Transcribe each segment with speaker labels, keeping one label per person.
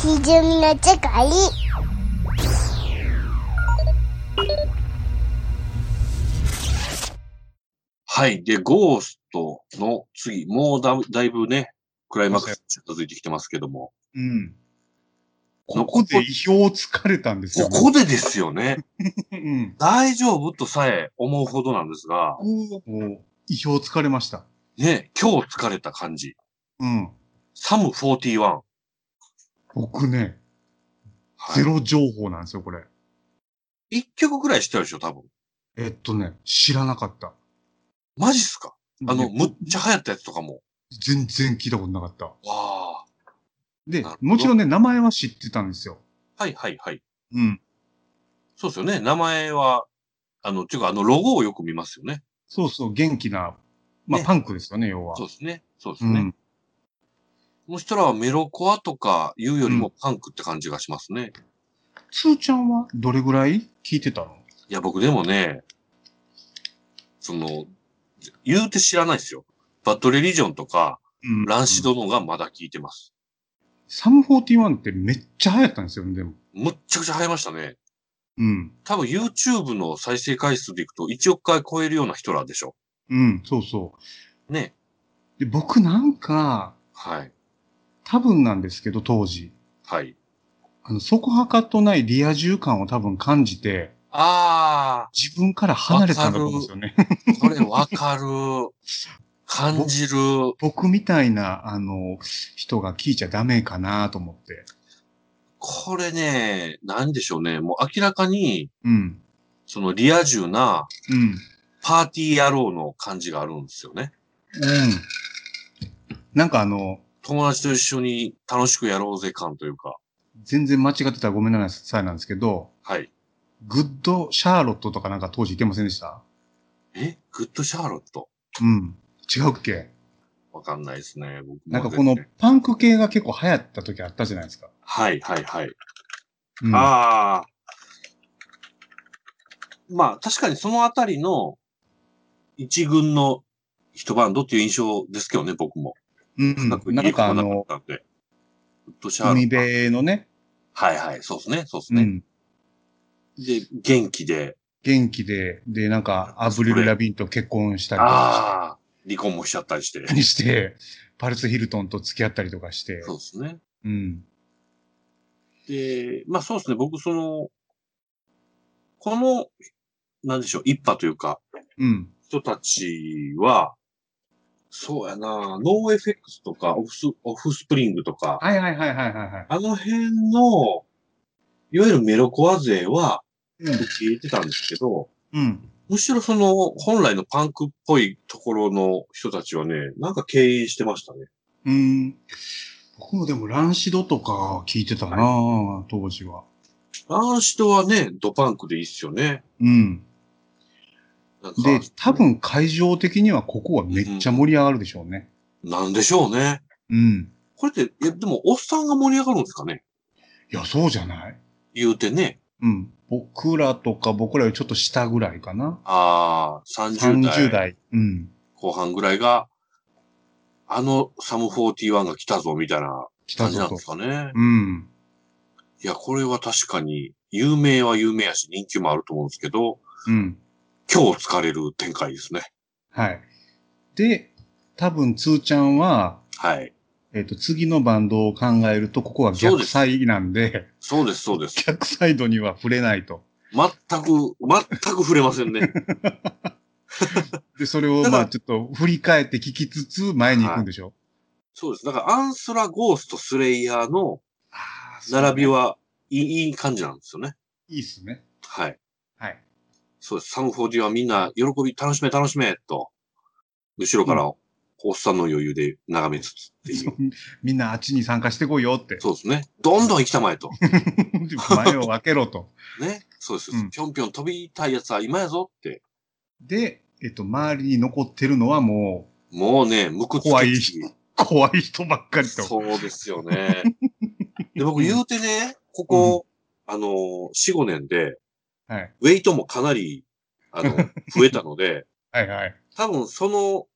Speaker 1: ひじゅみの世界
Speaker 2: はい。で、ゴーストの次、もうだだいぶね、クライマックスに近づいてきてますけども、
Speaker 3: うん。ここで意表をつかれたんです
Speaker 2: こ
Speaker 3: よ。
Speaker 2: こでですよね、
Speaker 3: うん。
Speaker 2: 大丈夫とさえ思うほどなんですが、
Speaker 3: こう、もう意表をつかれました。
Speaker 2: ね、今日疲れた感じ。
Speaker 3: うん。
Speaker 2: サム41。は
Speaker 3: 僕ね、
Speaker 2: い
Speaker 3: ゼロ情報なんですよ、これ。
Speaker 2: 一曲ぐらいしてるでしょ、多分。
Speaker 3: えっとね、知らなかった。
Speaker 2: マジっすかあの、
Speaker 3: いや
Speaker 2: むっちゃ流行ったやつとかも。
Speaker 3: 全然聞いたことなかった。
Speaker 2: わ
Speaker 3: で
Speaker 2: なるほ、ど
Speaker 3: もちろんね、名前は知ってたんですよ。
Speaker 2: あ。はいはいはい。
Speaker 3: うん。
Speaker 2: そうですよね。名前は、あの、っていうか、あの、ロゴをよく見ますよね。
Speaker 3: そうそう、元気な、まあ、
Speaker 2: ね
Speaker 3: パンクですよね、要は。
Speaker 2: そうですね。そうです
Speaker 3: う
Speaker 2: ね。
Speaker 3: ん。
Speaker 2: この人らはメロコアとか言うよりもパンクって感じがしますね。
Speaker 3: つーちゃんはどれぐらい聞いてたの
Speaker 2: いや、僕でもね、その、言うて知らないですよ。バッドレリジョンとか、
Speaker 3: うん
Speaker 2: ランシドのがまだ聞いてます。
Speaker 3: サム41ってめっちゃ流行ったんですよね、でも。
Speaker 2: むっちゃくちゃ流行りましたね。
Speaker 3: うん。
Speaker 2: 多分 YouTube の再生回数でいくと1億回超えるような人らでしょ。
Speaker 3: うん、そうそ
Speaker 2: ね。
Speaker 3: う。で、僕なんか、
Speaker 2: はい。
Speaker 3: 多分なんですけど、当時。
Speaker 2: はい。
Speaker 3: あの、そこはかとないリア充感を多分感じて、
Speaker 2: あ
Speaker 3: 自分から離れたんだと思うんですよね。
Speaker 2: ー、これわかる。感じる。
Speaker 3: 僕みたいな、あの、人が聞いちゃダメかなと思って。
Speaker 2: これね、なんでしょうね。もう明らかに、
Speaker 3: うん。
Speaker 2: そのリア充な
Speaker 3: うん。うん。
Speaker 2: パーティー野郎の感じがあるんですよね。
Speaker 3: なんかあの、
Speaker 2: 友達と一緒に楽しくやろうぜ感というか。
Speaker 3: 全然間違ってたらごめんなさいなんですけど、
Speaker 2: はい。
Speaker 3: グッドシャーロットとかなんか当時いてませんでした
Speaker 2: えグッドシャーロット
Speaker 3: うん。違うっけ
Speaker 2: わかんないですね。僕も
Speaker 3: なんかこ
Speaker 2: 全
Speaker 3: の
Speaker 2: 然
Speaker 3: パンク系が結構流行った時あったじゃないですか。
Speaker 2: はいはいはい。
Speaker 3: うん、
Speaker 2: ああ。まあ確かにそのあたりの一軍の一バンドっていう印象ですけどね、僕も。
Speaker 3: うん
Speaker 2: 深く
Speaker 3: なんかあ
Speaker 2: 入れ込
Speaker 3: の、
Speaker 2: まなかったんで。グッドシャーロ
Speaker 3: 海
Speaker 2: ット。
Speaker 3: 辺のね、
Speaker 2: はいはい。そうですね。そうです
Speaker 3: う
Speaker 2: ね。
Speaker 3: ん、
Speaker 2: で、元気で。
Speaker 3: 元気で、で、なんか、アブリル・ラビンと結婚したりとか
Speaker 2: ああ。離婚もしちゃったりして。
Speaker 3: して、パルス・ヒルトンと付き合ったりとかして、
Speaker 2: そうですね。
Speaker 3: うん。
Speaker 2: で、まあそうですね、僕その、この、なんでしょう、一派というか、
Speaker 3: うん。
Speaker 2: 人たちは、そうやな、ノーエフェクスとか、オフス、オフスプリングとか、
Speaker 3: はいはいはいはいはいはい。
Speaker 2: あの辺の、いわゆるメロコア勢は、
Speaker 3: うん
Speaker 2: 僕入れてたんですけど、
Speaker 3: うん。
Speaker 2: むしろその、本来のパンクっぽいところの人たちはね、なんか敬遠してましたね。
Speaker 3: うん。僕もでも、ランシドとか聞いてたな、当時は。
Speaker 2: あの人はね、ドパンクでいいっすよね。
Speaker 3: うん。
Speaker 2: なんか
Speaker 3: で、多分会場的にはここはめっちゃ盛り上がるでしょうね。
Speaker 2: なんでしょうね。
Speaker 3: うん。
Speaker 2: これって、え、でも、おっさんが盛り上がるんですかね
Speaker 3: いや、そうじゃない
Speaker 2: 言うてね。
Speaker 3: うん。僕らとか僕らよりちょっと下ぐらいかな。
Speaker 2: ああ、30
Speaker 3: 30
Speaker 2: 代
Speaker 3: 代。うん。
Speaker 2: 後半ぐらいが、あのサム41が来たぞ、みたいな
Speaker 3: 下
Speaker 2: 感じ
Speaker 3: ぞ
Speaker 2: なん
Speaker 3: と
Speaker 2: です。かね。
Speaker 3: うん。
Speaker 2: いや、これは確かに、有名は有名やし、人気もあると思うんですけど、
Speaker 3: うん。
Speaker 2: 今日疲れる展開ですね。
Speaker 3: はい。で、多分、つーちゃんは、
Speaker 2: はい。
Speaker 3: えっ、と、次のバンドを考えると、ここは
Speaker 2: そう
Speaker 3: 逆
Speaker 2: です
Speaker 3: サイなんで、
Speaker 2: そうです、そうです。
Speaker 3: 逆サイドには触れないと。
Speaker 2: 全く、全く触れません ね。
Speaker 3: で、それを、
Speaker 2: だか
Speaker 3: ま
Speaker 2: ら
Speaker 3: あ、ちょっと振り返って聞きつつ、前に行くんでしょ、
Speaker 2: そうです。だから、アンスラ、ゴースト、スレイヤーの
Speaker 3: ああそうね
Speaker 2: 並びはいいいい感じなんですよね。
Speaker 3: いいっすね。
Speaker 2: はい。
Speaker 3: はい。
Speaker 2: そうです。サムフォーディはみんな、喜び、楽しめ、楽しめ、と、後ろから、おっさんの余裕で眺めつつっていう。
Speaker 3: みんなあっちに参加してこいよ って。
Speaker 2: そうですね。どんどん行きたまえと。
Speaker 3: 前を開けろと。
Speaker 2: ね。そうです。
Speaker 3: うん
Speaker 2: ぴょんぴょん飛びたいやつは今やぞって。
Speaker 3: で、えっ、と、周りに残ってるのはも
Speaker 2: もうね、むくつけつき
Speaker 3: 怖いう、怖い人ばっかりと。
Speaker 2: そうですよね。 で、僕言うてね、ここ、あのー、4、5年で、
Speaker 3: はい。
Speaker 2: ウェイトもかなり、あ の、増えたので、
Speaker 3: はいはい。
Speaker 2: 多分その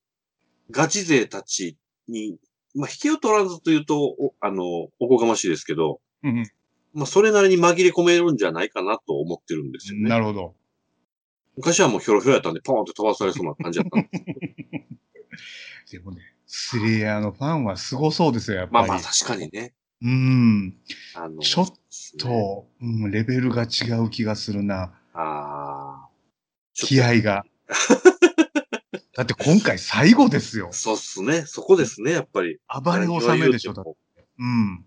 Speaker 2: ガチ勢たちに、まあ、引けを取らずというと、おあの、おこがましいですけど、
Speaker 3: うんうん
Speaker 2: まあ、それなりに紛れ込めるんじゃないかなと思ってるんですよね。
Speaker 3: なるほど。
Speaker 2: 昔はもうひょろひょろやったんで、ポーンと飛ばされそうな感じだったん で。
Speaker 3: でもね、スレイヤーのファンはすごそうですよ、やっぱ
Speaker 2: まあ
Speaker 3: り。
Speaker 2: まあ、確かにね。
Speaker 3: うん。
Speaker 2: あの、
Speaker 3: ちょっ
Speaker 2: そうですね。
Speaker 3: と、うん、レベルが違う気がするな。
Speaker 2: ああ。
Speaker 3: 気合が。だって今回最後ですよ。
Speaker 2: そうっすね。そこですね、やっぱり。
Speaker 3: 暴れ納めでしょ、だって。
Speaker 2: い
Speaker 3: うん。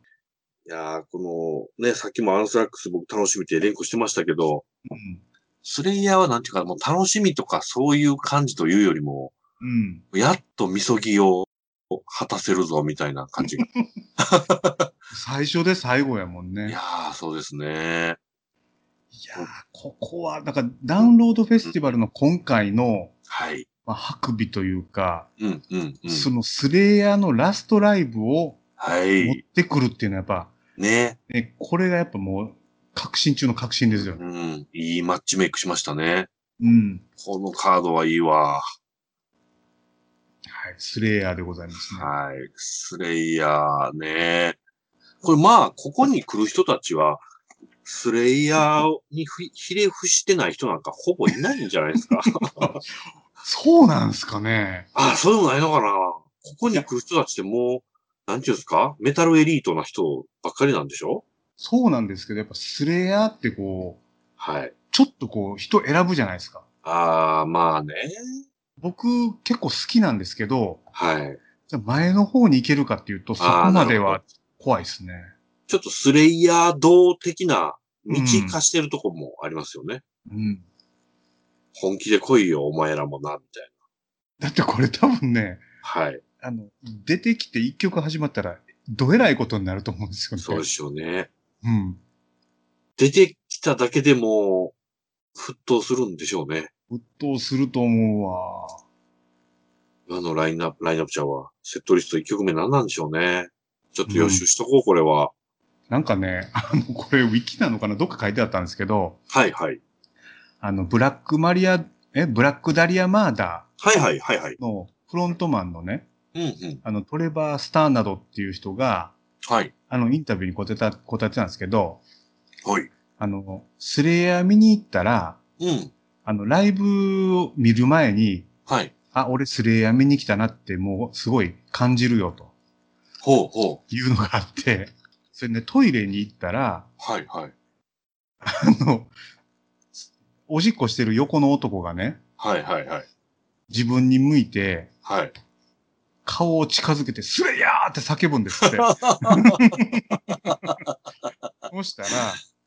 Speaker 2: やー、この、ね、さっきもアンスラックス僕楽しみって連呼してましたけど、
Speaker 3: うん。
Speaker 2: スレイヤーはなんていうか、もう楽しみとかそういう感じというよりも、
Speaker 3: うん。
Speaker 2: やっとみそぎを果たせるぞ、みたいな感じが。
Speaker 3: 最初で最後やもんね。
Speaker 2: いやー、そうですね。
Speaker 3: いやー、ここは、なんかダウンロードフェスティバルの今回の、
Speaker 2: はい。
Speaker 3: まあ、白尾というか、
Speaker 2: うん、うん、うん。
Speaker 3: そのスレイヤーのラストライブを
Speaker 2: は
Speaker 3: 持っ
Speaker 2: い。
Speaker 3: てくるっていうのはやっぱ、
Speaker 2: ね。
Speaker 3: ね、これがやっぱもう、革新中の革新ですよ
Speaker 2: う
Speaker 3: ね。
Speaker 2: ん。いいマッチメイクしましたね。
Speaker 3: うん。
Speaker 2: このカードはいいわ。
Speaker 3: はい。スレイヤーでございますね。
Speaker 2: はい。スレイヤーね。これまあ、ここに来る人たちは、スレイヤーにふひれ伏してない人なんかほぼいないんじゃないです か。
Speaker 3: そうなんすかね。
Speaker 2: あ、そうでもないのかな。ここに来る人たちってもう、なんていうんですかメタルエリートな人ばっかりなんでしょ
Speaker 3: そうなんですけど、やっぱスレイヤーってこう、
Speaker 2: はい。
Speaker 3: ちょっとこう、人選ぶじゃないですか。
Speaker 2: ああ、まあね。
Speaker 3: 僕、結構好きなんですけど、
Speaker 2: はい。
Speaker 3: じゃあ前の方に行けるかっていうと、そこまでは怖いですね。
Speaker 2: ちょっとスレイヤー道的な道化してるとこもありますよね。
Speaker 3: うん。
Speaker 2: 本気で来いよ、お前らもな、みたい
Speaker 3: だってこれ多分ね、
Speaker 2: な。はい。
Speaker 3: あの、出てきて一曲始まったら、どえらいことになると思うんですよね。
Speaker 2: そうでしょうね。
Speaker 3: うん。
Speaker 2: 出てきただけでも、沸騰するんでしょうね。
Speaker 3: 沸騰すると思うわ。
Speaker 2: 今のラインナップ、ラインナップちゃんは、セットリスト1曲目何なんでしょうね。ちょっと予習しとこう、これは。
Speaker 3: なんかね、あの、これウィキなのかなどっか書いてあったんですけど、
Speaker 2: はいはい。
Speaker 3: あの、ブラックマリア、え、ブラックダリアマーダ
Speaker 2: はいはいはいはい。
Speaker 3: ーのフロントマンのね、
Speaker 2: うんうん。
Speaker 3: あの、トレバー・スターなどっていう人が、
Speaker 2: はい。
Speaker 3: あの、インタビューに答えた、答えてたんですけど、
Speaker 2: はい。
Speaker 3: あの、スレイヤー見に行ったら、
Speaker 2: うん。
Speaker 3: あの、ライブを見る前に、
Speaker 2: はい。
Speaker 3: あ、俺スレイヤー見に来たなって、もうすごい感じるよ、と
Speaker 2: ほうほう。
Speaker 3: いうのがあって、 それね、トイレに行ったら、
Speaker 2: はいはい。
Speaker 3: あの、おしっこしてる横の男がね、
Speaker 2: はいはいはい。
Speaker 3: 自分に向いて、
Speaker 2: はい。
Speaker 3: 顔を近づけて、スレイヤーって叫ぶん ですって。そしたら、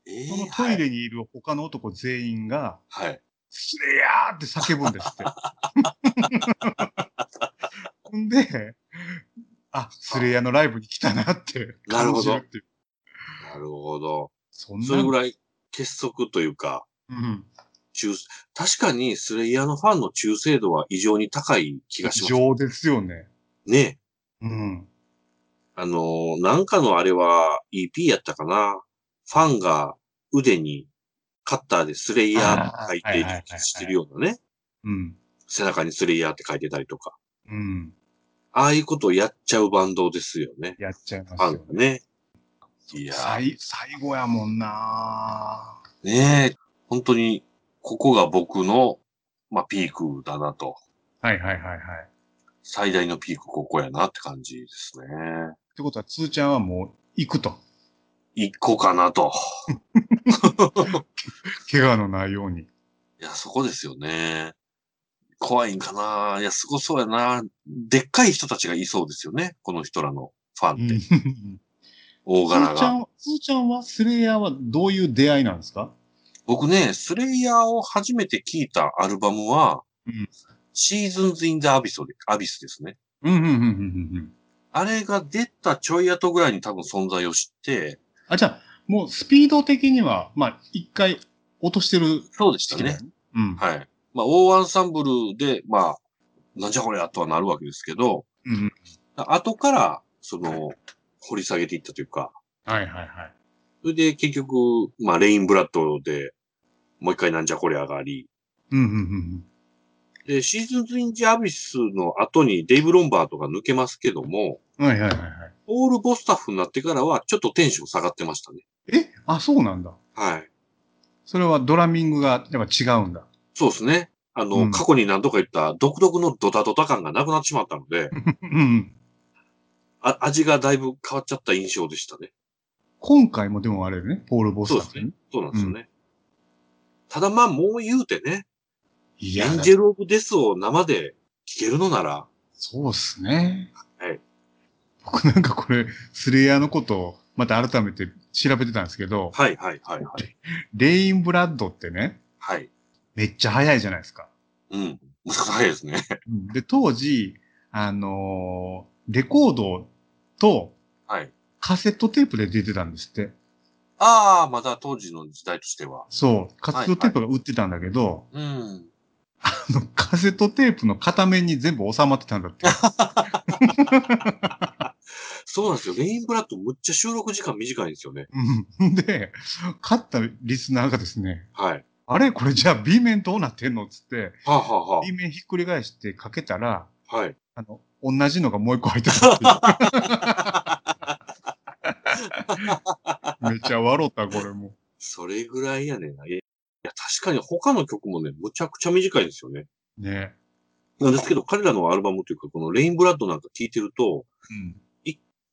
Speaker 2: えー
Speaker 3: そのトイレにいる他の男全員が、
Speaker 2: はい。はい
Speaker 3: スレイヤーって叫ぶ んですって。ほんで、あ、スレイヤーのライブに来たなって
Speaker 2: なる
Speaker 3: 感
Speaker 2: ほ
Speaker 3: じ
Speaker 2: ど
Speaker 3: るっていう。
Speaker 2: なるほど。
Speaker 3: そんな
Speaker 2: それぐらい結束というか、
Speaker 3: うん。
Speaker 2: 中、確かにスレイヤーのファンの忠誠度は異常に高い気がします。
Speaker 3: 情ですよね。
Speaker 2: ね。
Speaker 3: うん。
Speaker 2: あのーなんかのあれは EP やったかな。ファンが腕にカッターでスレイヤーって
Speaker 3: あー
Speaker 2: 書
Speaker 3: はいいはいはい
Speaker 2: てしてるようなね。
Speaker 3: うん。
Speaker 2: 背中にスレイヤーって書いてたりとか。
Speaker 3: うん。
Speaker 2: ああいうことをやっちゃうバンドですよね。
Speaker 3: やっちゃい
Speaker 2: フ
Speaker 3: ま
Speaker 2: ァ
Speaker 3: す
Speaker 2: ン
Speaker 3: よ
Speaker 2: が。ね。いやー
Speaker 3: 最、最後やもんな
Speaker 2: ねえ。本当に、ここが僕の、まあ、ピークだなと。
Speaker 3: はいはいはいはい。
Speaker 2: 最大のピークここやなって感じですね。
Speaker 3: ってことは、つーちゃんはもう行くと。
Speaker 2: 一個かなと。
Speaker 3: 怪我のないように。
Speaker 2: いや、そこですよね。怖いんかな。いや、すごそうやな。でっかい人たちがいそうですよね。この人らのファンって。大
Speaker 3: つー
Speaker 2: 柄
Speaker 3: ちゃ
Speaker 2: が。
Speaker 3: ん、つーちゃんは、スレイヤーはどういう出会いなんですか
Speaker 2: 僕ね、スレイヤーを初めて聞いたアルバムは、
Speaker 3: うん
Speaker 2: シーズンズ・イン・ザ・アビスで、アビスですね。
Speaker 3: うんうんうんうんうんうん。
Speaker 2: あれが出たちょい後ぐらいに多分存在を知って、
Speaker 3: あ、じゃあ、もうスピード的には、まあ、一回落としてる
Speaker 2: そうでし
Speaker 3: 時
Speaker 2: た
Speaker 3: 期だよ
Speaker 2: ね。
Speaker 3: ね。うん。
Speaker 2: はい。まあ、大アンサンブルで、まあ、なんじゃこりゃとはなるわけですけど、
Speaker 3: うん。
Speaker 2: 後から、その、掘り下げていったというか、
Speaker 3: はいはいはい。
Speaker 2: それで結局、まあ、レインブラッドで、もう一回なんじゃこりゃがあり、
Speaker 3: うんうんうんうん。
Speaker 2: で、シーズンズ・イン・ジ・アビスの後にデイブ・ロンバートが抜けますけども、
Speaker 3: はいはいはいはい。
Speaker 2: オールボスタッフになってからはちょっとテンション下がってましたね。
Speaker 3: えあ、そうなんだ。
Speaker 2: はい。
Speaker 3: それはドラミングがやっぱ違うんだ。
Speaker 2: そうですね。あの、
Speaker 3: うん
Speaker 2: 過去に何度か言った独特のドタドタ感がなくなってしまったので、
Speaker 3: うん。
Speaker 2: あ味がだいぶ変わっちゃった印象でしたね。
Speaker 3: 今回もでもあれよね、ポール・ボスタフ、ね。
Speaker 2: そうなんですよね。ただまあもう言うてね、
Speaker 3: い
Speaker 2: エ
Speaker 3: や
Speaker 2: ン、ジェル・オブ・デスを生で聴けるのなら、
Speaker 3: そうっすね。
Speaker 2: はい。
Speaker 3: 僕なんかこれ、スレイヤーのことをまた改めて調べてたんですけど、
Speaker 2: はいはいはいはい。
Speaker 3: レインブラッドってね、
Speaker 2: はい。
Speaker 3: めっちゃ早いじゃないですか。
Speaker 2: うん。難しいですね。
Speaker 3: で、当時、あのーレコードと
Speaker 2: はい。
Speaker 3: カセットテープで出てたんですって。
Speaker 2: ああ、まだ当時の時代としては。
Speaker 3: そう、カセットテープが売ってたんだけど、
Speaker 2: うん。
Speaker 3: あの カセットテープの片面に全部収まってたん だって。
Speaker 2: そうなんですよ。レインブラッドむっちゃ収録時間短いんですよね。
Speaker 3: うんで、買ったリスナーがですね、
Speaker 2: はい。
Speaker 3: あれこれじゃあ B 面どうなってんのっつって、
Speaker 2: はあ、はあは
Speaker 3: B 面ひっくり返してかけたら、
Speaker 2: あ、はい。
Speaker 3: あの、同じのがもう一個入って たっていう。めっちゃ笑った、これも。
Speaker 2: それぐらいやねんな。いや、いや確かに他の曲もね、むちゃくちゃ短いんですよね。
Speaker 3: ね。
Speaker 2: なんですけど、彼らのアルバムというか、このレインブラッドなんか聴いてると、
Speaker 3: うん。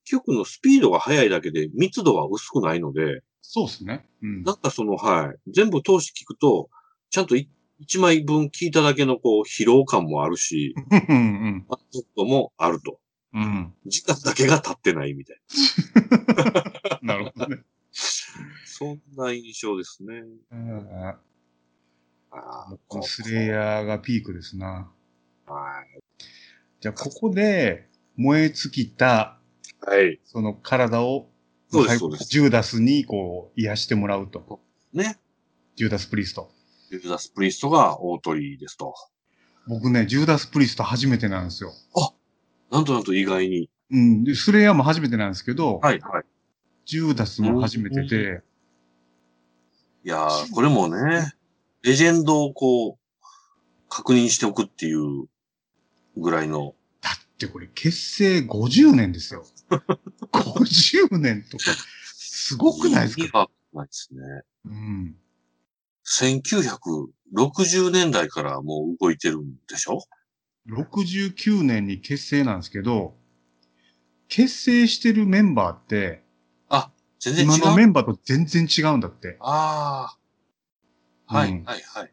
Speaker 2: 曲のスピードが速いだけで密度は薄くないので、
Speaker 3: そうっすね。うん。
Speaker 2: なんかその、はい。全部通して聞くと、ちゃんとい一枚分聞いただけのこう、疲労感もあるし、
Speaker 3: うん。
Speaker 2: 満足度もあると。
Speaker 3: うん。
Speaker 2: 時間だけが経ってないみたいな。
Speaker 3: なるほどね。
Speaker 2: そんな印象ですね。
Speaker 3: うん
Speaker 2: あー
Speaker 3: このスレイヤーがピークですな。
Speaker 2: はい。
Speaker 3: じゃあ、ここで燃え尽きた、
Speaker 2: はい。
Speaker 3: その体を、
Speaker 2: そうです、そうです。
Speaker 3: ジューダスにこう、癒してもらうと。
Speaker 2: ね。
Speaker 3: ジューダスプリスト。
Speaker 2: ユーダス・プリストが大鳥ですと。
Speaker 3: 僕ね、ジューダスプリスト初めてなんですよ。
Speaker 2: なんとなんと意外に。
Speaker 3: うん。で、スレイヤーも初めてなんですけど、
Speaker 2: はい、はい。
Speaker 3: ジューダスも初めてで、
Speaker 2: いやー、これもね、レジェンドをこう、確認しておくっていうぐらいの。
Speaker 3: だってこれ結成50年で すよ。50年とか、すごくないです
Speaker 2: 意味
Speaker 3: か
Speaker 2: がないですね。
Speaker 3: うん。
Speaker 2: 1960年代からもう動いてるんでしょ
Speaker 3: 69年に結成なんですけど、結成してるメンバーって、
Speaker 2: 全然違
Speaker 3: 今のメ
Speaker 2: う。
Speaker 3: ンバーと全然違うんだって。
Speaker 2: ああ。はい、
Speaker 3: うん
Speaker 2: はい、はい。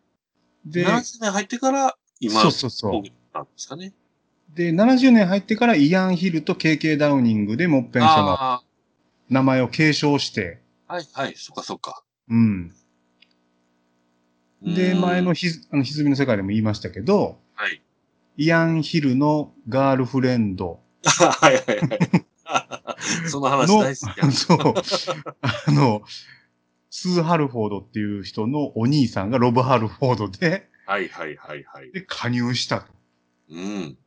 Speaker 3: で、
Speaker 2: 70年入ってから、今、
Speaker 3: そうそうそう
Speaker 2: こうなんですかね。
Speaker 3: で、70年入ってからイアン・ヒルと KK ダウニングでもっぺんその
Speaker 2: あ
Speaker 3: 名前を継承して、
Speaker 2: あ、はい、はい、そっかそっか。
Speaker 3: うん。で、
Speaker 2: うん
Speaker 3: 前のひずあの歪みの世界でも言いましたけど、
Speaker 2: はい。
Speaker 3: イアン・ヒルのガールフレンド
Speaker 2: はい、はい、はい。 その話
Speaker 3: の、
Speaker 2: 大好きや
Speaker 3: そう、あの、スー・ハルフォードっていう人のお兄さんがロブ・ハルフォードで、
Speaker 2: はい、はい、はい、はい。
Speaker 3: で、加入したと
Speaker 2: うん。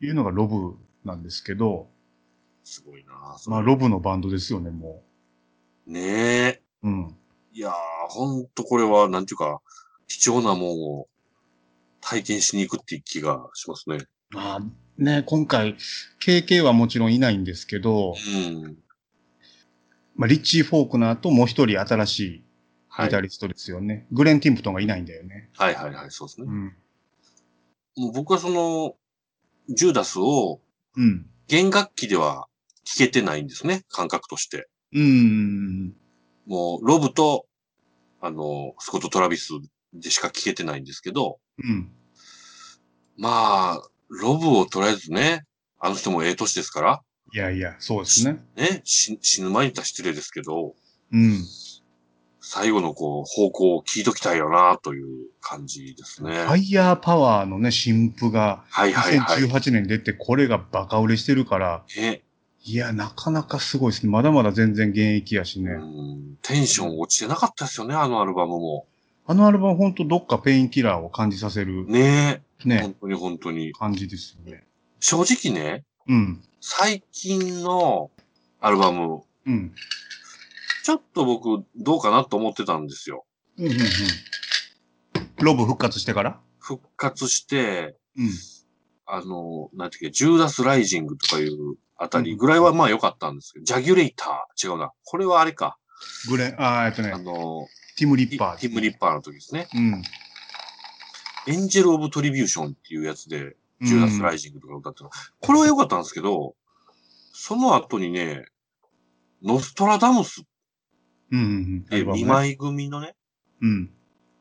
Speaker 3: いうのがロブなんですけど、
Speaker 2: すごいな
Speaker 3: まあ、ロブのバンドですよね、も
Speaker 2: ねえ。
Speaker 3: う。うん。
Speaker 2: いやー、ほんとこれは、なんていうか、貴重なもんを体験しに行くっていう気がしますね。
Speaker 3: まあ、ね、今回、KK はもちろんいないんですけど、
Speaker 2: うん。
Speaker 3: まあ、リッチー・フォークナーともう一人新しい
Speaker 2: は
Speaker 3: ギ
Speaker 2: い。
Speaker 3: タリストですよね。グレン・ティンプトンがいないんだよね。
Speaker 2: はいはいはい、そうですね
Speaker 3: う。ん。
Speaker 2: もう僕はその、ジューダスを
Speaker 3: うん。
Speaker 2: 弦楽器では聴けてないんですね、感覚として。
Speaker 3: うん。
Speaker 2: もう、ロブと、あの、スコット・トラビスでしか聴けてないんですけど、
Speaker 3: うん。
Speaker 2: まあ、ロブをとりあえずね、あの人もええ年ですか
Speaker 3: いやいや、そうですね。
Speaker 2: ら、ね、死死ぬ前に言ったら失礼ですけど、
Speaker 3: うん。
Speaker 2: 最後のこう、方向を聞いときたいよな、という感じですね。
Speaker 3: ファイヤーパワーのね、新譜が、
Speaker 2: はいはいはい。
Speaker 3: 2018年に出て、これがバカ売れしてるから、
Speaker 2: ね、
Speaker 3: いや、なかなかすごいですね。まだまだ全然現役やし
Speaker 2: う
Speaker 3: ね。
Speaker 2: ん、テンション落ちてなかったですよね、あのアルバムも。
Speaker 3: あのアルバムほんとどっかペインキラーを感じさせる
Speaker 2: ねえ、
Speaker 3: ね、
Speaker 2: 本当に本当に。
Speaker 3: 感じですよね。
Speaker 2: 正直ね、
Speaker 3: うん。
Speaker 2: 最近のアルバム、
Speaker 3: うん。
Speaker 2: ちょっと僕、どうかなと思ってたんですよ。
Speaker 3: うんうんうん。ロブ復活してから
Speaker 2: 復活して、
Speaker 3: うん。
Speaker 2: あの、なんていうか、ジューダス・ライジングとかいうあたりぐらいはまあ良かったんですけど、ジャギュレイター、違うな。これはあれか。
Speaker 3: グレン、あーえっと
Speaker 2: あ
Speaker 3: ね、
Speaker 2: の、
Speaker 3: ティム・リ
Speaker 2: テ
Speaker 3: ッパー。
Speaker 2: ィム・リッパーの時ですね。
Speaker 3: うん。
Speaker 2: エンジェル・オブ・トリビューションっていうやつで、ジューダス・ラ
Speaker 3: イ
Speaker 2: イジングとか歌ってる、これは良かったんですけど、その後にね、ノストラダムスっ
Speaker 3: うんうんうん。
Speaker 2: て2
Speaker 3: 枚。
Speaker 2: 枚組のね、
Speaker 3: うん。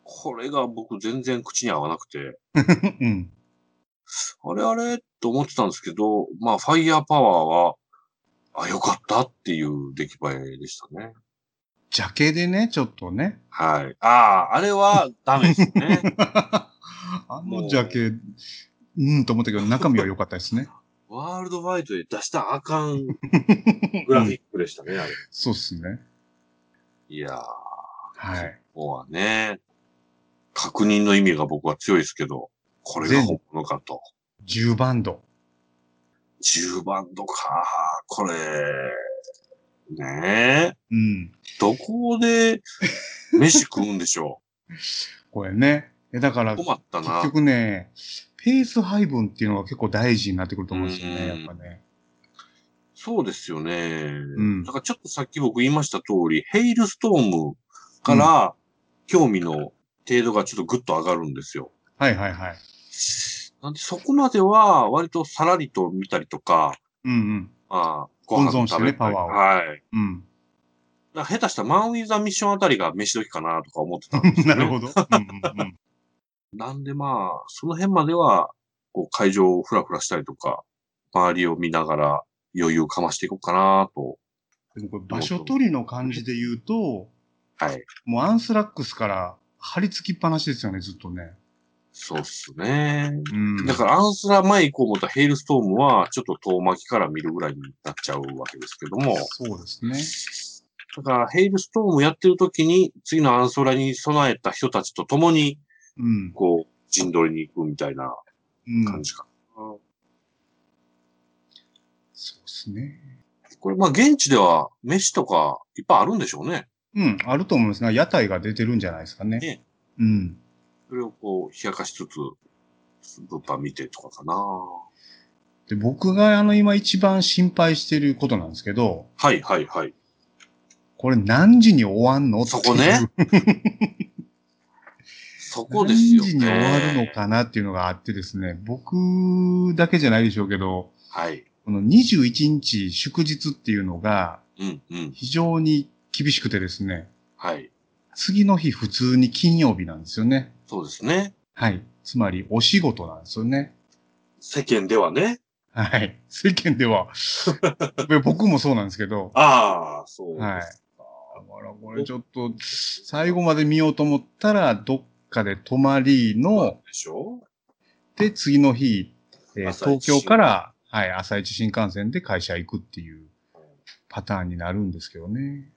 Speaker 2: これが僕全然口に合わなくて、
Speaker 3: うん。
Speaker 2: あれあれと思ってたんですけど、まあ、ファイヤーパワーは、あ、良かったっていう出来栄えでしたね。
Speaker 3: ジャケでね、ちょっとね。
Speaker 2: はい。ああ、あれはダメですね。
Speaker 3: あのジャケ、うんと思ったけど、中身は良かったですね。
Speaker 2: ワールドワイドで出したらあかんグラフィックでしたね、あれ。
Speaker 3: そうっすね。
Speaker 2: いやー、
Speaker 3: はい。
Speaker 2: ここはね、確認の意味が僕は強いですけど、これが本物かと。
Speaker 3: 10バンド。
Speaker 2: 10バンドか、これ、ねえ、
Speaker 3: うん。
Speaker 2: どこで飯食うんでしょ
Speaker 3: これね。えだから、
Speaker 2: う。困った
Speaker 3: 結
Speaker 2: な。
Speaker 3: 局ね、ペース配分っていうのが結構大事になってくると思うんですよね、
Speaker 2: うん
Speaker 3: やっぱね。
Speaker 2: そうですよね。
Speaker 3: ん
Speaker 2: だからちょっとさっき僕言いました通り、ヘイルストームから興味の程度がちょっとグッと上がるんですよ。
Speaker 3: はいはいはい。
Speaker 2: なんでそこまでは割とさらりと見たりとか、
Speaker 3: うんうん。
Speaker 2: ああご
Speaker 3: 温
Speaker 2: 飯
Speaker 3: 存して
Speaker 2: 食
Speaker 3: ね
Speaker 2: べたり
Speaker 3: パワ
Speaker 2: はい。
Speaker 3: うん。
Speaker 2: だから下手したらマン・ウィザ・ミッションあたりが飯時かなとか思ってたん です
Speaker 3: な
Speaker 2: よ、ね。
Speaker 3: るほど。うんうんうん。
Speaker 2: なんでまあ、その辺までは、こう会場をふらふらしたりとか、周りを見ながら余裕をかましていこうかなと。
Speaker 3: でもこれ場所取りの感じで言うと、
Speaker 2: はい。
Speaker 3: もうアンスラックスから張り付きっぱなしですよね、ずっとね。
Speaker 2: そうっすね。
Speaker 3: うん
Speaker 2: だからアンスラ前行こう思ったヘイルストームは、ちょっと遠巻きから見るぐらいになっちゃうわけですけども、
Speaker 3: そうですね。
Speaker 2: だからヘイルストームやってる時に、次のアンソラに備えた人たちと共に、
Speaker 3: うん。
Speaker 2: こう、陣取りに行くみたいな
Speaker 3: う
Speaker 2: 感
Speaker 3: ん。
Speaker 2: じかな。
Speaker 3: そうですね。
Speaker 2: これ、まあ、現地では、飯とか、いっぱいあるんでしょうね。
Speaker 3: うん、あると思いますね。屋台が出てるんじゃないですかね。
Speaker 2: ね
Speaker 3: うん。
Speaker 2: それをこう、冷やかしつつ、物販見てとかかな。
Speaker 3: で、僕があの今一番心配してることなんですけど、
Speaker 2: はい、はい、はい。
Speaker 3: これ何時に終わんの
Speaker 2: そこ ね。そこです
Speaker 3: 何
Speaker 2: よね。
Speaker 3: 時に終わるのかなっていうのがあってですね、僕だけじゃないでしょうけど、
Speaker 2: はい。
Speaker 3: この21日祝日っていうのが
Speaker 2: うん、うん。
Speaker 3: 非常に厳しくてですね、
Speaker 2: はい。
Speaker 3: 次の日普通に金曜日なんですよね。
Speaker 2: そうですね。
Speaker 3: はい。つまりお仕事なんですよね。
Speaker 2: 世間ではね。
Speaker 3: はい。世間 では、いや僕もそうなんですけど、
Speaker 2: ああ、そうです。
Speaker 3: はい。だからこれちょっと、最後まで見ようと思ったら、どっかで泊まりの、
Speaker 2: でしょ
Speaker 3: で、次の日、えー
Speaker 2: 朝一
Speaker 3: 東京から、はい、朝一新幹線で会社行くっていうパターンになるんですけどね。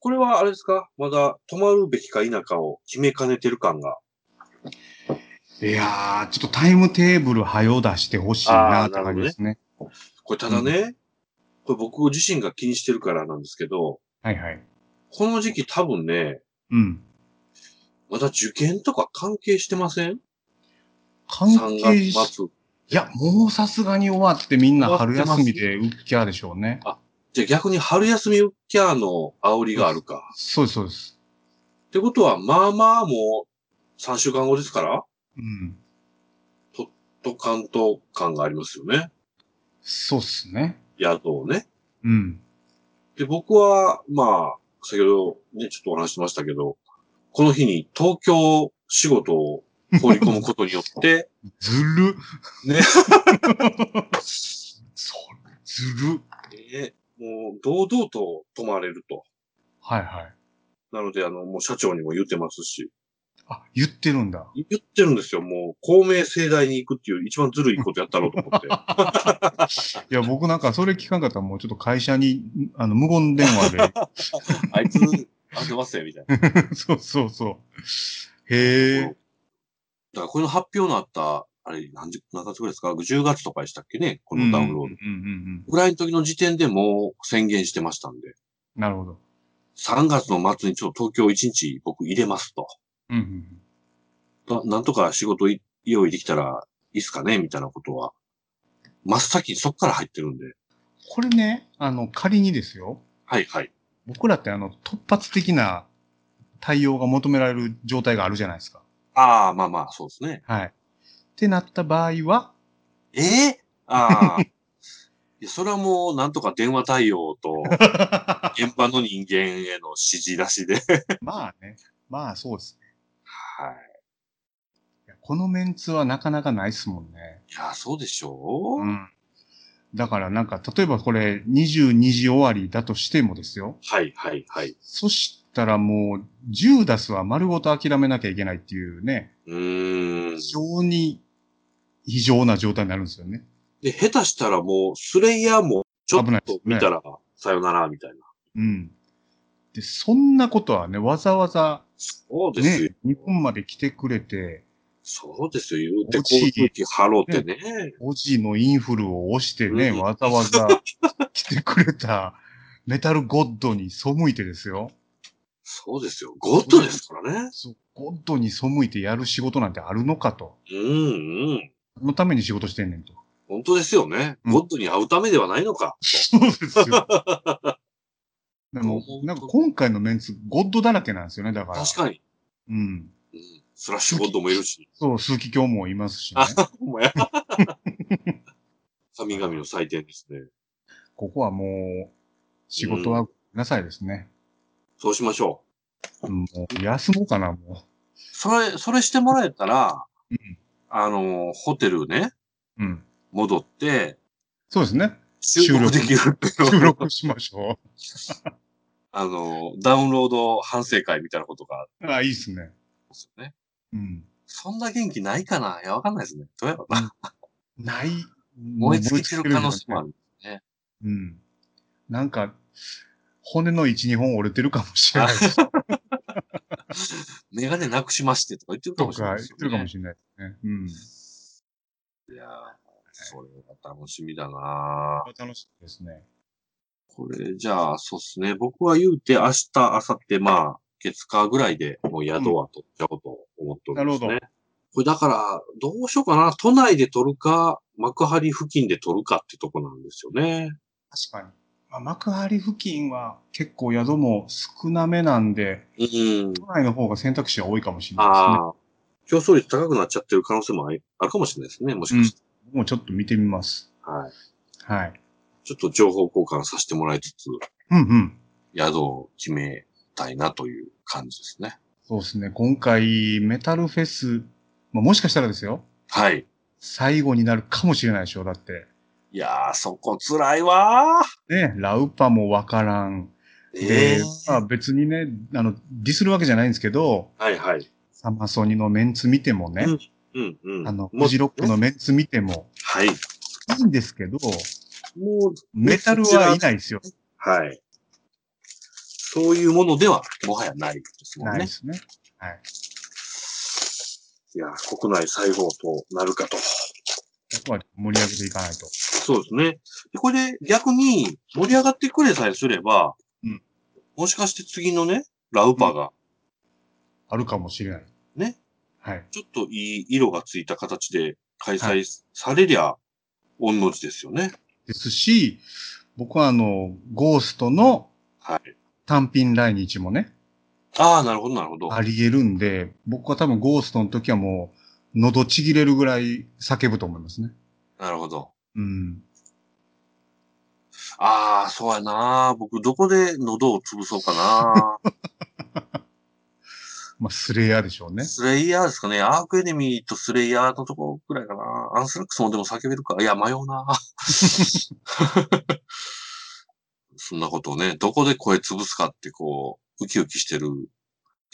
Speaker 2: これはあれですかまだ泊まるべきか否かを決めかねてる感が。
Speaker 3: いやー、ちょっとタイムテーブル早う出してほしいなって感じですね。
Speaker 2: これただね、これ僕自身が気にしてるからなんですけど、
Speaker 3: はいはい。
Speaker 2: この時期多分ね、
Speaker 3: うん。
Speaker 2: まだ受験とか関係してません
Speaker 3: 関係
Speaker 2: ?3 月
Speaker 3: し、
Speaker 2: 末。
Speaker 3: いや、もうさすがに終わってみんな春
Speaker 2: 終わってます
Speaker 3: 休みでウッキャーでしょうね。
Speaker 2: じゃあ逆に春休みキャーの煽りがあるか。
Speaker 3: そうです、そうです。
Speaker 2: ってことは、まあまあもう3週間後ですから、
Speaker 3: うん。
Speaker 2: と関東感がありますよね。
Speaker 3: そうっすね。
Speaker 2: 野党ね。
Speaker 3: うん。
Speaker 2: で、僕は、まあ、先ほどね、ちょっとお話ししましたけど、この日に東京仕事を放り込むことによ って、
Speaker 3: ずる。
Speaker 2: ね。
Speaker 3: それ、ずる。
Speaker 2: えもう堂々と泊まれると。
Speaker 3: はいはい。
Speaker 2: なので、あの、もう社長にも言ってますし、
Speaker 3: あ、言ってるんだ。
Speaker 2: 言ってるんですよ。もう公明盛大に行くっていう一番ずるいことやったろうと思って。
Speaker 3: いや、僕なんかそれ聞かんかったらもうちょっと会社に、あの、無言電 話
Speaker 2: あいつ、あげますよ、みたいな。
Speaker 3: で。 そうそうそう。へ
Speaker 2: だ
Speaker 3: え。
Speaker 2: から、この発表のあった、あれ、何十、何月ぐらいですか ?10 月とかでしたっけねこのダウンロード。
Speaker 3: うんうんうん
Speaker 2: ぐらいの時の時点でもう宣言してましたんで。
Speaker 3: うん。なるほど。
Speaker 2: 3月の末にちょっと東京1日僕入れますと。
Speaker 3: うんうんうん。
Speaker 2: ななんとか仕事い用意できたらいいっすかねみたいなことは、真っ先にそっから入ってるんで。
Speaker 3: これね、あの、仮にですよ。
Speaker 2: はいはい。
Speaker 3: 僕らってあの、突発的な対応が求められる状態があるじゃないですか。
Speaker 2: ああ、まあまあ、そうですね。
Speaker 3: はい。ってなった場合は、
Speaker 2: ええあ あ。いや、それはもう、なんとか電話対応 と、現場の人間への指示出しで。
Speaker 3: まあね、まあそうですね。
Speaker 2: はい
Speaker 3: やこのメンツはなかなかないっすもんね。
Speaker 2: い。いや、そうでしょう、
Speaker 3: ん。だからなんか、例えばこれ22時終わりだとしてもですよ。
Speaker 2: はいはいはい。
Speaker 3: そしたらもう10ダスは丸ごと諦めなきゃいけないっていうね、
Speaker 2: うーん。
Speaker 3: 非常に異常な状態になるんですよね。
Speaker 2: で、下手したらもう、スレイヤーも、ちょっ
Speaker 3: 危ないで
Speaker 2: と
Speaker 3: すね
Speaker 2: 見たら、さよなら、みたいな。
Speaker 3: うん。で、そんなことはね、わざわざ
Speaker 2: そうですよ。
Speaker 3: ね、日本まで来てくれて、
Speaker 2: そうですよ。言うて、
Speaker 3: 落ち
Speaker 2: 交通費払ってね。
Speaker 3: オジのインフルを押してね、
Speaker 2: うん
Speaker 3: わざわざ来てくれたメタルゴッドに背いてですよ。
Speaker 2: そうですよ。ゴッドですからね。
Speaker 3: そうゴッドに背いてやる仕事なんてあるのかと。
Speaker 2: うんうん。
Speaker 3: そのために仕事してんねんと。
Speaker 2: 本当ですよね。
Speaker 3: うん
Speaker 2: ゴッドに会うためではないのか。
Speaker 3: そうですよ。 でも
Speaker 2: そう、
Speaker 3: なんか今回のメンツ、ゴッドだらけなんですよね、だから。
Speaker 2: 確かに。
Speaker 3: に。うん。
Speaker 2: うん。スラッシュゴッドもいる し。
Speaker 3: そう、鈴木京もいますしね
Speaker 2: あ。ほんまや。神々の祭典ですね。
Speaker 3: ここはもう、仕事はごめんなさいですね。
Speaker 2: そうしましょう。
Speaker 3: うん、もう休もうかな、も
Speaker 2: それ、それしてもらえたら、
Speaker 3: うん
Speaker 2: あの、ホテルね、
Speaker 3: う。うん。
Speaker 2: 戻って、
Speaker 3: そうですね。
Speaker 2: 収録できるっていう
Speaker 3: 収録しましょ
Speaker 2: あの、ダウンロード反省会みたいなことがあるん
Speaker 3: う。 あ、いいっすね。
Speaker 2: ですよね。
Speaker 3: うん。
Speaker 2: そんな元気ないかないや、わかんないですね。どうやろうな。
Speaker 3: ない。
Speaker 2: 燃え尽きてる可能性もあ
Speaker 3: る。
Speaker 2: る。
Speaker 3: うん。なんか、骨の一、二本折れてるかもしれないし
Speaker 2: メガネなくしましてとか言ってるか
Speaker 3: と
Speaker 2: もしれな
Speaker 3: か
Speaker 2: いで
Speaker 3: 言っ
Speaker 2: すよ、ね。
Speaker 3: てるかもしれないですね。うん。
Speaker 2: いやーそれは楽しみだな
Speaker 3: 楽しいですね。
Speaker 2: これ、じゃあ、そうっすね。僕は言うて、明日、明後日、まあ、月火ぐらいでもう宿は取っちゃおうと思っておりますね。
Speaker 3: なる
Speaker 2: これだから、どうしようかな。都内で取るか、幕張付近で取るかってとこなんですよね。
Speaker 3: 確かに。まあ、幕張付近は結構宿も少なめなんで、
Speaker 2: うん。
Speaker 3: 都内の方が選択肢は多いかもしれないですね。
Speaker 2: ああ。競争率高くなっちゃってる可能性もありあるかもしれないですね。もしかして。
Speaker 3: 僕もうちょっと見てみます。
Speaker 2: はい。
Speaker 3: はい。
Speaker 2: ちょっと情報交換させてもらいつつ、
Speaker 3: うんうん。
Speaker 2: 宿を決めたいなという感じですね。
Speaker 3: そうですね。今回、メタルフェス、まあ、もしかしたらですよ。
Speaker 2: はい。
Speaker 3: 最後になるかもしれないでしょ。だって。
Speaker 2: いやー、そこ辛いわ
Speaker 3: ね、ラウパもわからん。
Speaker 2: ー。
Speaker 3: で、
Speaker 2: え
Speaker 3: まあ別にね、あの、ディスるわけじゃないんですけど、
Speaker 2: はいはい。
Speaker 3: サマソニのメンツ見てもね、
Speaker 2: うんうん。
Speaker 3: あの、
Speaker 2: も
Speaker 3: フ
Speaker 2: う
Speaker 3: ジロックのメンツ見ても
Speaker 2: はい。
Speaker 3: いいんですけど、
Speaker 2: もう、
Speaker 3: メタルはいないですよ。
Speaker 2: はい。そういうものでは、もはやないですも
Speaker 3: なんい
Speaker 2: ね
Speaker 3: で。すね。はい。
Speaker 2: いやー、国内最後となるかと。
Speaker 3: ここは盛り上げていかないと。
Speaker 2: そうですね。でこれで逆に盛り上がってくれさえすれば、
Speaker 3: うん
Speaker 2: もしかして次のね、ラウパが
Speaker 3: あるかもしれない。
Speaker 2: ね。
Speaker 3: はい。
Speaker 2: ちょっといい色がついた形で開催されりゃ、御の字ですよね。
Speaker 3: ですし、僕はあの、ゴーストの
Speaker 2: はい。
Speaker 3: 単品来日もね、
Speaker 2: ああ、なるほど、なるほど。
Speaker 3: あり得るんで、僕は多分ゴーストの時はもう、喉ちぎれるぐらい叫ぶと思いますね。
Speaker 2: なるほど。
Speaker 3: うん。
Speaker 2: ああ、そうやな。僕、どこで喉を潰そうかな。
Speaker 3: まあ、スレイヤーでしょうね。
Speaker 2: スレイヤーですかね。アークエネミーとスレイヤーのとこくらいかな。アンスラックスもでも叫べるか。いや、迷うな。そんなことをね、どこで声潰すかってこう、ウキウキしてる、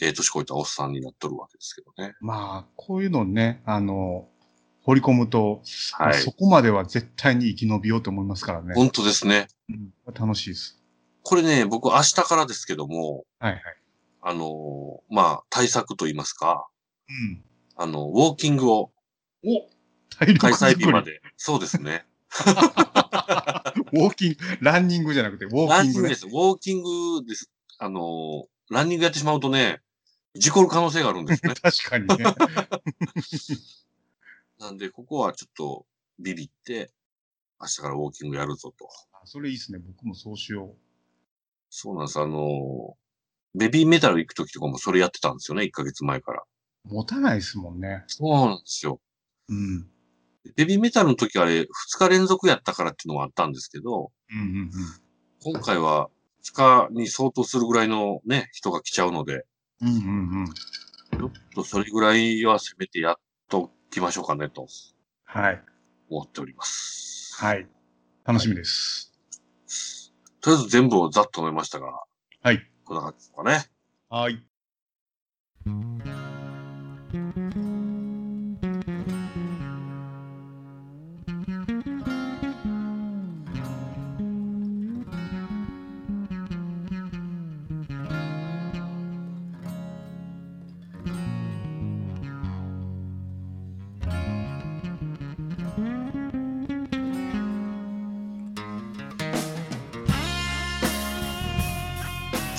Speaker 2: ええ年こいたおっさんになっとるわけですけどね。
Speaker 3: まあ、こういうのね、あの、掘り込むと、ま
Speaker 2: は
Speaker 3: あ
Speaker 2: い
Speaker 3: そ。こまでは絶対に生き延びようと思いますからね。
Speaker 2: 本当ですね。
Speaker 3: うん楽しいです。
Speaker 2: これね、僕明日からですけども、
Speaker 3: はいはい。
Speaker 2: あのーまあ、対策と言いますか、
Speaker 3: うん。
Speaker 2: あの、ウォーキングを
Speaker 3: 体力
Speaker 2: 開
Speaker 3: 作
Speaker 2: 催
Speaker 3: り
Speaker 2: 日ま。で。そうですね。
Speaker 3: ウォーキング、ランニングじゃなくて、ウォ
Speaker 2: ラ
Speaker 3: ーキ
Speaker 2: ンニ
Speaker 3: ン
Speaker 2: ン
Speaker 3: グ
Speaker 2: グ
Speaker 3: ね。
Speaker 2: です。ウォーキングです。あのーランニングやってしまう とね、事故る可能性があるんですね
Speaker 3: 確かにね。
Speaker 2: なんで、ここはちょっとビビって、明日からウォーキングやるぞと。
Speaker 3: あそれいいですね。僕もそうしよ
Speaker 2: そうなんです。あの、ベビーメタル行くときとかもそれやってたんですよね、1ヶ月前から。
Speaker 3: う。持たないですもんね。
Speaker 2: そうなんですよ。
Speaker 3: うん。
Speaker 2: ベビーメタルの時あれ、2日連続やったからっていうのはあったんですけど、
Speaker 3: うんうんうん。
Speaker 2: 今回は2日に相当するぐらいのね、人が来ちゃうので、
Speaker 3: うんうんうん。
Speaker 2: ちょっとそれぐらいはせめてやっときましょうかねと
Speaker 3: はい。
Speaker 2: 思っております。
Speaker 3: はい。楽しみです。
Speaker 2: とりあえず全部をざっと飲みましたが、
Speaker 3: はい。
Speaker 2: こんな感じですかね。
Speaker 3: はい。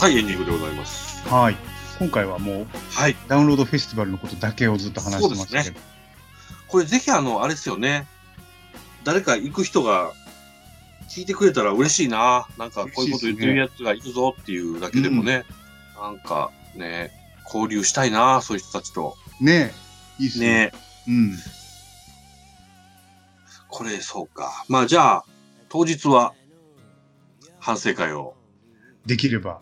Speaker 2: はい、エンディングでございます。
Speaker 3: はい。今回はもう、
Speaker 2: はい。
Speaker 3: ダウンロードフェスティバルのことだけをずっと話してましたけ
Speaker 2: そう
Speaker 3: ど。
Speaker 2: これぜひあの、あれですよね。誰か行く人が聞いてくれたら嬉しいな。なんかこういうこと言ってるやつがいるぞっていうだけでもね、なんかね、交流したいな、そういう人たちと。
Speaker 3: ねえ。いいっすね。
Speaker 2: ね。
Speaker 3: うん。
Speaker 2: これそうか。まあじゃあ、当日は反省会を
Speaker 3: できれば、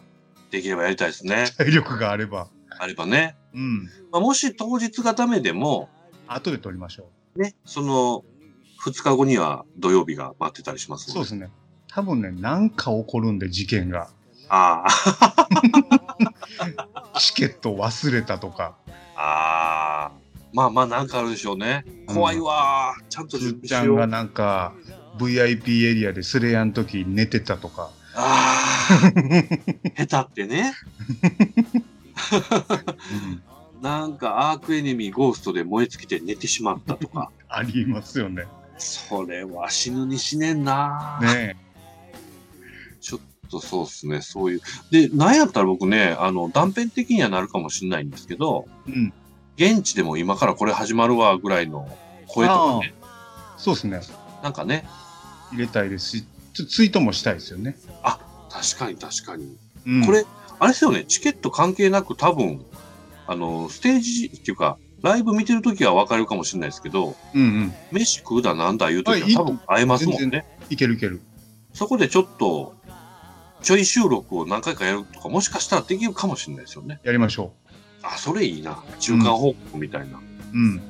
Speaker 2: できればやりたいですね。
Speaker 3: 体力があれば。
Speaker 2: あればね。
Speaker 3: うん。
Speaker 2: まあ、もし当日がダメでも、
Speaker 3: 後で撮りましょ
Speaker 2: ね、その、2日後には土曜日が待ってたりしま
Speaker 3: う。
Speaker 2: す
Speaker 3: そ
Speaker 2: の
Speaker 3: うで
Speaker 2: です
Speaker 3: ね。多分ね、なんか起こるんで、事件が。
Speaker 2: あ
Speaker 3: チケット忘れたとか、
Speaker 2: あ、ああ。まあまあなんかあるでしょうね。怖いわー。ちゃんと
Speaker 3: つ
Speaker 2: 準
Speaker 3: ーち
Speaker 2: 備
Speaker 3: ゃ
Speaker 2: しよ
Speaker 3: んが
Speaker 2: う。
Speaker 3: なんか、VIP エリアでスレヤの時に寝てたとか。
Speaker 2: ああ。 下手ってね。
Speaker 3: うん
Speaker 2: なんかアークエネミーゴーストで燃え尽きて寝てしまったとか。
Speaker 3: ありますよね。
Speaker 2: それは死ぬに死ねんなー。
Speaker 3: ね
Speaker 2: ちょっとそうですね、そういう。で、なんやったら僕ね、あの、断片的にはなるかもしれないんですけど、
Speaker 3: え。うん。
Speaker 2: 現地でも今からこれ始まるわぐらいの声とかね、
Speaker 3: そうですね。
Speaker 2: なんかね、
Speaker 3: 入れたいですし、ちょツイートもしたいですよね。
Speaker 2: 確かに確かに。
Speaker 3: うん
Speaker 2: これ、あれですよね、チケット関係なく多分、あの、ステージっていうか、ライブ見てるときはわかるかもしれないですけど、
Speaker 3: うんうん。
Speaker 2: 飯食うだなんだ言うとき
Speaker 3: はいいい
Speaker 2: は多分会えますもん
Speaker 3: 全
Speaker 2: ね。
Speaker 3: いけるいける。
Speaker 2: そこでちょっと、ちょい収録を何回かやるとか、もしかしたらできるかもしれないですよね。
Speaker 3: やりましょ
Speaker 2: あ、それいいな。中間報告みたいな。
Speaker 3: う。うん。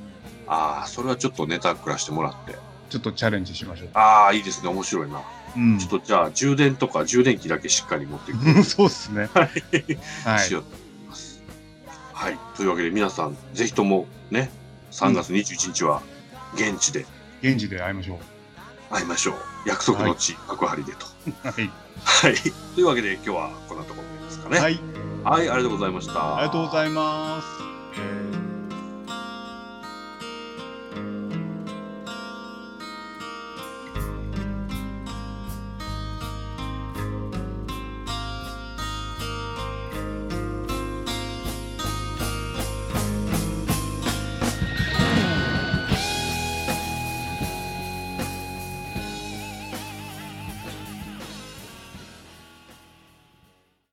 Speaker 2: ああ、それはちょっとネタ暮らしてもらって。
Speaker 3: ちょっとチャレンジしましょう。
Speaker 2: ああ、いいですね。面白いな。
Speaker 3: うん
Speaker 2: ちょっとじゃあ、充電とか充電器だけしっかり持っていく。
Speaker 3: そうですね。はい。
Speaker 2: しようと思います。はい。というわけで皆さん、ぜひともね、3月21日は現地で
Speaker 3: 現地で会いましょう。
Speaker 2: 会いましょう。約束の地、幕張でと。
Speaker 3: はい。
Speaker 2: はい。というわけで今日はこんなところですかね。
Speaker 3: は
Speaker 2: はい。
Speaker 3: い。
Speaker 2: ありがとうございました。
Speaker 3: ありがとうございます。えー